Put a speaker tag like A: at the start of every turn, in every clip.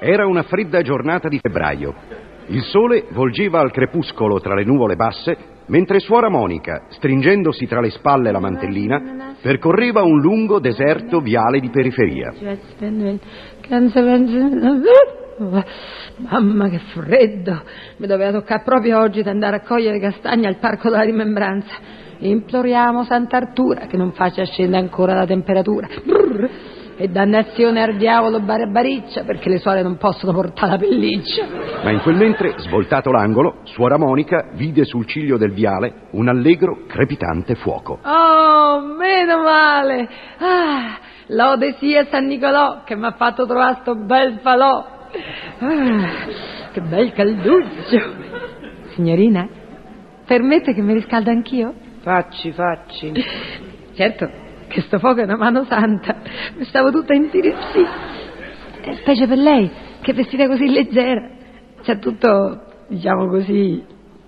A: Era una fredda giornata di febbraio. Il sole volgeva al crepuscolo tra le nuvole basse, mentre suora Monica, stringendosi tra le spalle la mantellina, percorreva un lungo deserto viale di periferia.
B: Cioè, Mamma che freddo! Mi doveva toccare proprio oggi di andare a cogliere castagne al Parco della Rimembranza. Imploriamo Sant'Artura che non faccia scendere ancora la temperatura. Brrr. E dannazione al diavolo barbariccia perché le suore non possono portare la pelliccia.
A: Ma in quel mentre, svoltato l'angolo, suora Monica vide sul ciglio del viale un allegro, crepitante fuoco.
B: Oh, meno male! Ah, lode sia San Nicolò che mi ha fatto trovare sto bel falò. Ah, che bel calduccio! Signorina, permette che mi riscalda anch'io?
C: Facci, facci.
B: Certo, che sto fuoco è una mano santa. Mi stavo tutta intirizzì. E Eh, Specie per lei, che è vestita così leggera. C'è tutto, diciamo così,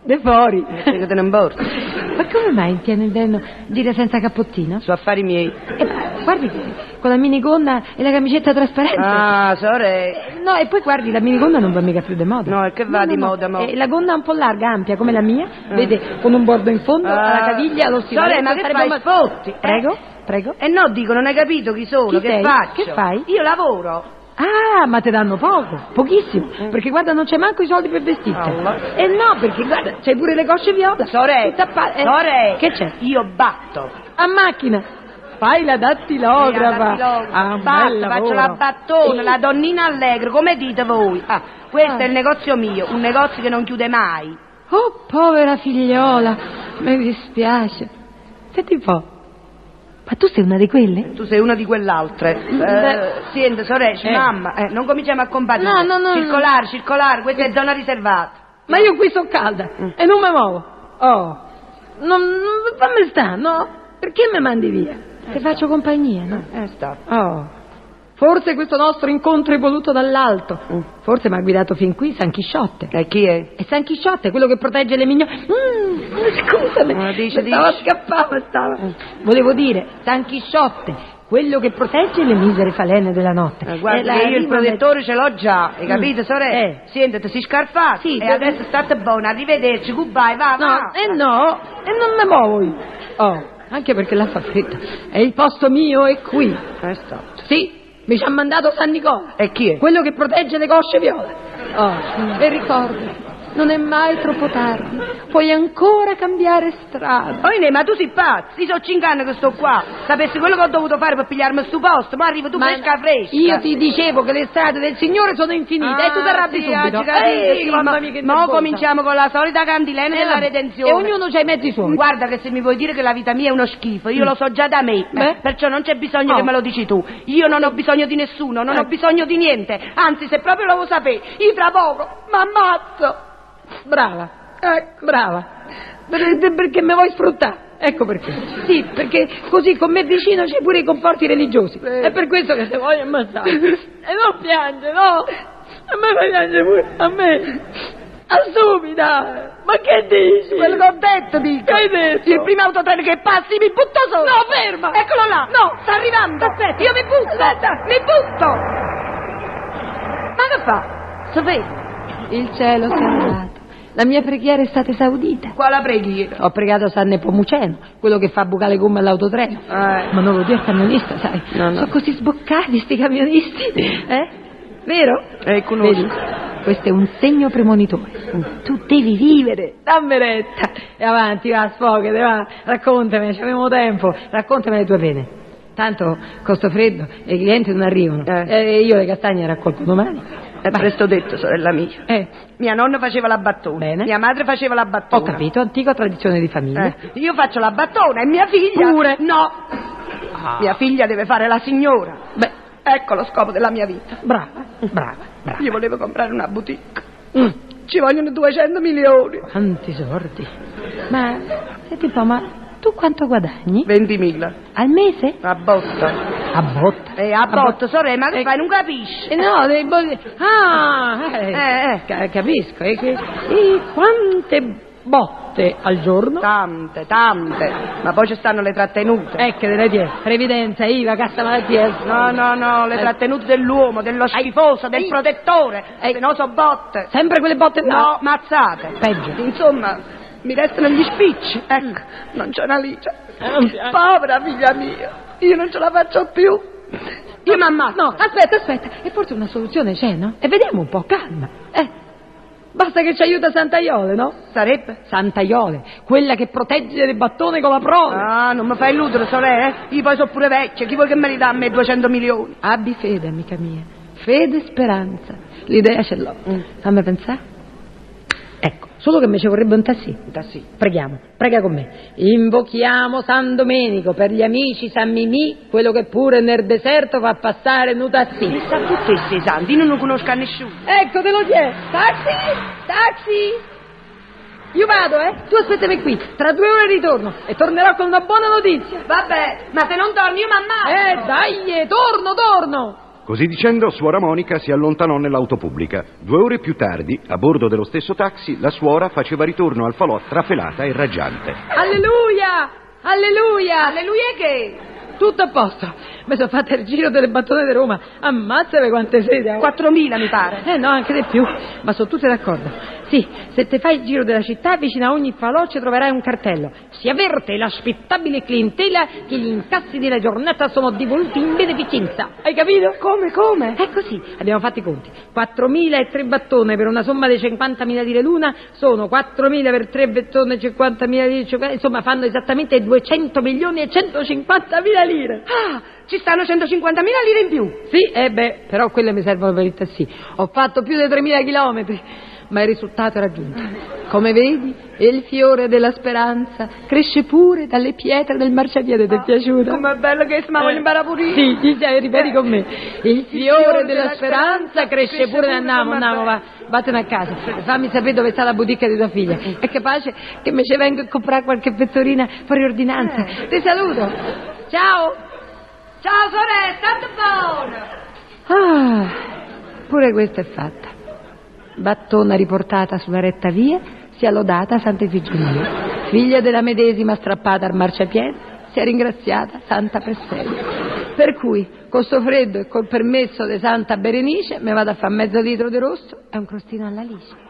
B: de fuori.
C: Perché te ne importa?
B: Ma come mai in pieno inverno gira senza cappottino?
C: Su affari miei.
B: Eh, ma guardi che con la minigonna e la camicetta trasparente.
C: Ah, sore.
B: No, e poi guardi, la minigonna non va mica più di moda.
C: No, e che va di moda mo?
B: Eh, la gonna un po' larga, ampia, come la mia, vede, con un bordo in fondo,
C: Ah.
B: alla caviglia, allo stivale.
C: Sore, ma che fai? Sfotti, eh?
B: Prego, prego.
C: E Eh, no, dico, non hai capito chi sono,
B: Chi
C: che
B: sei?
C: faccio.
B: Che fai?
C: Io lavoro.
B: Ah, ma te danno poco, pochissimo,
C: Mm.
B: perché guarda non c'è manco i soldi per vestirti.
C: Allah.
B: E no, perché guarda, c'hai pure le cosce viola.
C: Sore.
B: tutta pa- eh,
C: Sore.
B: Che c'è?
C: Io batto.
B: A macchina. Fai la dattilografa. Ah, un bel
C: Basta, faccio
B: lavoro.
C: la battona,
B: Sì.
C: la donnina allegro, come dite voi. Ah, questo
B: Ah.
C: è il negozio mio, un negozio che non chiude mai.
B: Oh, povera figliola, mi dispiace. Senti un po', ma tu sei una di quelle?
C: Tu sei una di quell'altra.
B: Mm, Beh.
C: Eh, senti, sorella,
B: Eh.
C: mamma, eh, non cominciamo a combattere.
B: No, no, no,
C: Circolare, circolare, questa è zona riservata.
B: Ma io qui sono calda e non mi muovo. Oh, non, non fammi sta, no? Perché mi mandi via? Ti faccio compagnia, no?
C: Eh, sta.
B: Oh, forse questo nostro incontro è voluto dall'alto.
C: Mm.
B: Forse mi ha guidato fin qui San Chisciotte.
C: E chi è?
B: E San Chisciotte è quello che protegge le mignole. Mm, scusami,
C: Ah, dici,
B: mi stavo
C: dici.
B: scappando, stavo. Volevo dire, San Chisciotte, quello che protegge le misere falene della notte.
C: Eh, guarda,
B: E la
C: che io il
B: rima-
C: protettore ce l'ho già, hai capito,
B: Mm.
C: sorella?
B: Eh.
C: Senti, ti si scarfato.
B: Sì,
C: e
B: dove-
C: adesso state buona, arrivederci, goodbye, va,
B: No,
C: va.
B: eh no, e non me muovo io. Oh, anche perché la fa fretta. E il posto mio è qui.
C: Eh, sta.
B: Sì, mi ci ha mandato San Nicola.
C: E chi è?
B: Quello che protegge le cosce viola. Oh, e ricorda, non è mai troppo tardi. Puoi ancora cambiare strada.
C: Oh, Ine, ma tu sei pazzo, io sono cinque anni che sto qua. Sapessi quello che ho dovuto fare per pigliarmi sto posto, ma arrivo tu fresca fresca.
B: Io ti dicevo che le strade del Signore sono infinite e tu ti arrabbi
C: sì,
B: Ah, subito. Eh,
C: oggi capito,
B: Ehi,
C: sì,
B: mamma
C: ma-
B: mia, che
C: Mo'
B: nervosa.
C: cominciamo con la solita cantilena
B: Eh,
C: della
B: vabbè.
C: redenzione.
B: E ognuno c'ha i mezzi suoi.
C: Guarda che se mi vuoi dire che la vita mia è uno schifo, io lo so già da me,
B: Beh.
C: eh, perciò non c'è bisogno
B: Oh.
C: che me lo dici tu. Io non ho bisogno di nessuno, non
B: Eh.
C: ho bisogno di niente. Anzi, se proprio lo vuoi sapere, io fra poco m'ammazzo.
B: Brava, ecco, brava. Per- per- Perché me vuoi sfruttare? Ecco perché. Sì, perché così con me vicino c'è pure i conforti religiosi. È per questo che se Eh. voglio ammazzare. e non piange, no? A me fa piangere pure, a me. Assumida! Ma che dici?
C: Quello che ho detto, dico.
B: Che hai detto?
C: Il primo autotreno che passi mi butto sotto.
B: No, ferma!
C: Eccolo là.
B: No!
C: sta arrivando.
B: Aspetta.
C: Io mi butto.
B: Aspetta.
C: Mi butto. Ma che fa? Sapete?
B: Il cielo si è andato. La mia preghiera è stata esaudita.
C: Qua la preghiera.
B: Ho pregato San Nepomuceno, quello che fa bucare le gomme all'autotreno.
C: Eh.
B: Ma non lo dire al camionista, sai?
C: No, no.
B: Sono così sboccati sti camionisti, eh? Vero?
C: Eh, conosco.
B: Vedi? Questo è un segno premonitore. Mm. Tu devi vivere, dammi retta. E avanti, va, sfogate, va, raccontami, ci abbiamo tempo, raccontami le tue pene. Tanto, con sto freddo, i clienti non arrivano.
C: Eh.
B: E io le castagne le raccolgo domani.
C: È
B: Ma-
C: presto detto, sorella mia.
B: Eh,
C: Mia nonna faceva la battona.
B: Bene.
C: Mia madre faceva la battona.
B: ho Eh. capito, antica tradizione di famiglia.
C: Eh, io faccio la battona e mia figlia.
B: Pure.
C: No.
D: Ah.
C: Mia figlia deve fare la signora. Beh, ecco lo scopo della mia vita.
B: Brava, brava, brava.
C: Gli volevo comprare una boutique.
B: Mm,
C: Ci vogliono 200 milioni.
B: quanti sordi. Ma, senti un po', ma tu quanto guadagni?
C: 20.000.
B: Al mese?
C: A botta.
B: A botta.
C: Eh, a
B: botta.
C: botta, sorella, ma che
B: Eh,
C: fai? Non capisci?
B: Eh, no, dei bolli... Ah, eh,
C: Eh, eh.
B: ca- capisco. eh, che- e quante botte al giorno?
C: Tante, tante. Ma poi ci stanno le trattenute.
B: Ecco, delle tie. Previdenza, IVA, cassa malattia.
C: No, no, no, le
B: Eh.
C: trattenute dell'uomo, dello schifoso, del
B: Sì.
C: protettore.
B: Eh.
C: Se no so botte.
B: Sempre quelle botte
C: No, mazzate.
B: Peggio.
C: Insomma, mi restano gli spicci. Ecco, non c'è una licia. Eh, Povera figlia mia, io non ce la faccio più. Io mi ammazzo.
B: No, aspetta, aspetta. E forse una soluzione c'è, no? E vediamo un po', calma. Eh. Basta che ci aiuta Sant'Aiole, no?
C: Sarebbe?
B: Sant'Aiole, quella che protegge le battone con la prole.
C: Ah, non mi fai illudere, sorella. eh. Io poi sono pure vecchia. Chi vuoi che me li dà a me 200 milioni?
B: Abbi fede, amica mia. Fede e speranza. L'idea ce l'ho.
C: Mm.
B: Fammi pensare. Ecco, solo che mi ci vorrebbe un tassì.
C: Da sì.
B: Preghiamo, prega con me. Invochiamo San Domenico per gli amici San Mimì, quello che pure nel deserto fa passare un tassì.
C: Chissà tutti questi santi, io non conosco a nessuno.
B: Ecco, te lo chiedo. Taxi! Taxi! Io vado, eh? Tu aspettami qui. Tra due ore ritorno e tornerò con una buona notizia.
C: Vabbè, ma se non torni io mi
B: Eh,
C: ammazzo.
B: dai, torno, torno!
A: Così dicendo, suora Monica si allontanò nell'auto pubblica. Due ore più tardi, a bordo dello stesso taxi, la suora faceva ritorno al falò trafelata e raggiante.
B: Alleluia! Alleluia!
C: Alleluia che?
B: Tutto a posto. Mi sono fatta il giro delle battute di Roma. Ammazzate quante sete. oh.
C: 4.000 mi pare.
B: Eh no, anche di più. Ma sono tutte d'accordo. Sì, se te fai il giro della città, vicino a ogni falò ci troverai un cartello. Si avverte l'aspettabile clientela che gli incassi della giornata sono devoluti in beneficenza. Hai capito?
C: Come, come?
B: È così, abbiamo fatto i conti. 4.000 e 3 battone per una somma di 50.000 lire l'una sono 4.000 per 3 battone e 50.000 lire, cioè, insomma fanno esattamente 200 milioni e 150.000 lire.
C: Ah, ci stanno 150.000 lire in più.
B: Sì, eh beh, però quelle mi servono per il tassì. Ho fatto più di 3.000 chilometri, ma il risultato è raggiunto. Come vedi, il fiore della speranza cresce pure dalle pietre del marciapiede,
C: Ah,
B: ti è piaciuto?
C: Com'è bello che si ma voglio imparare pure io.
B: Sì, sì, sì, ripeti con me. Eh, Il fiore della speranza cresce pure. Andiamo, andiamo, va. Vattene a casa. Fammi sapere dove sta la boutique di tua figlia. È capace che me ci vengo a comprare qualche pettorina fuori ordinanza. Ti saluto. Ciao.
C: Ciao sorella, state buona.
B: Ah, pure questa è fatta. Battona riportata sulla retta via, sia lodata Sant'Efiginia. Figlia della medesima strappata al marciapiede, sia ringraziata Santa Persella. Per cui, col suo freddo e col permesso di Santa Berenice, mi vado a fare mezzo litro di rosso e un crostino alla liscia.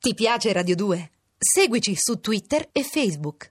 D: Ti piace Radio 2? Seguici su Twitter e Facebook.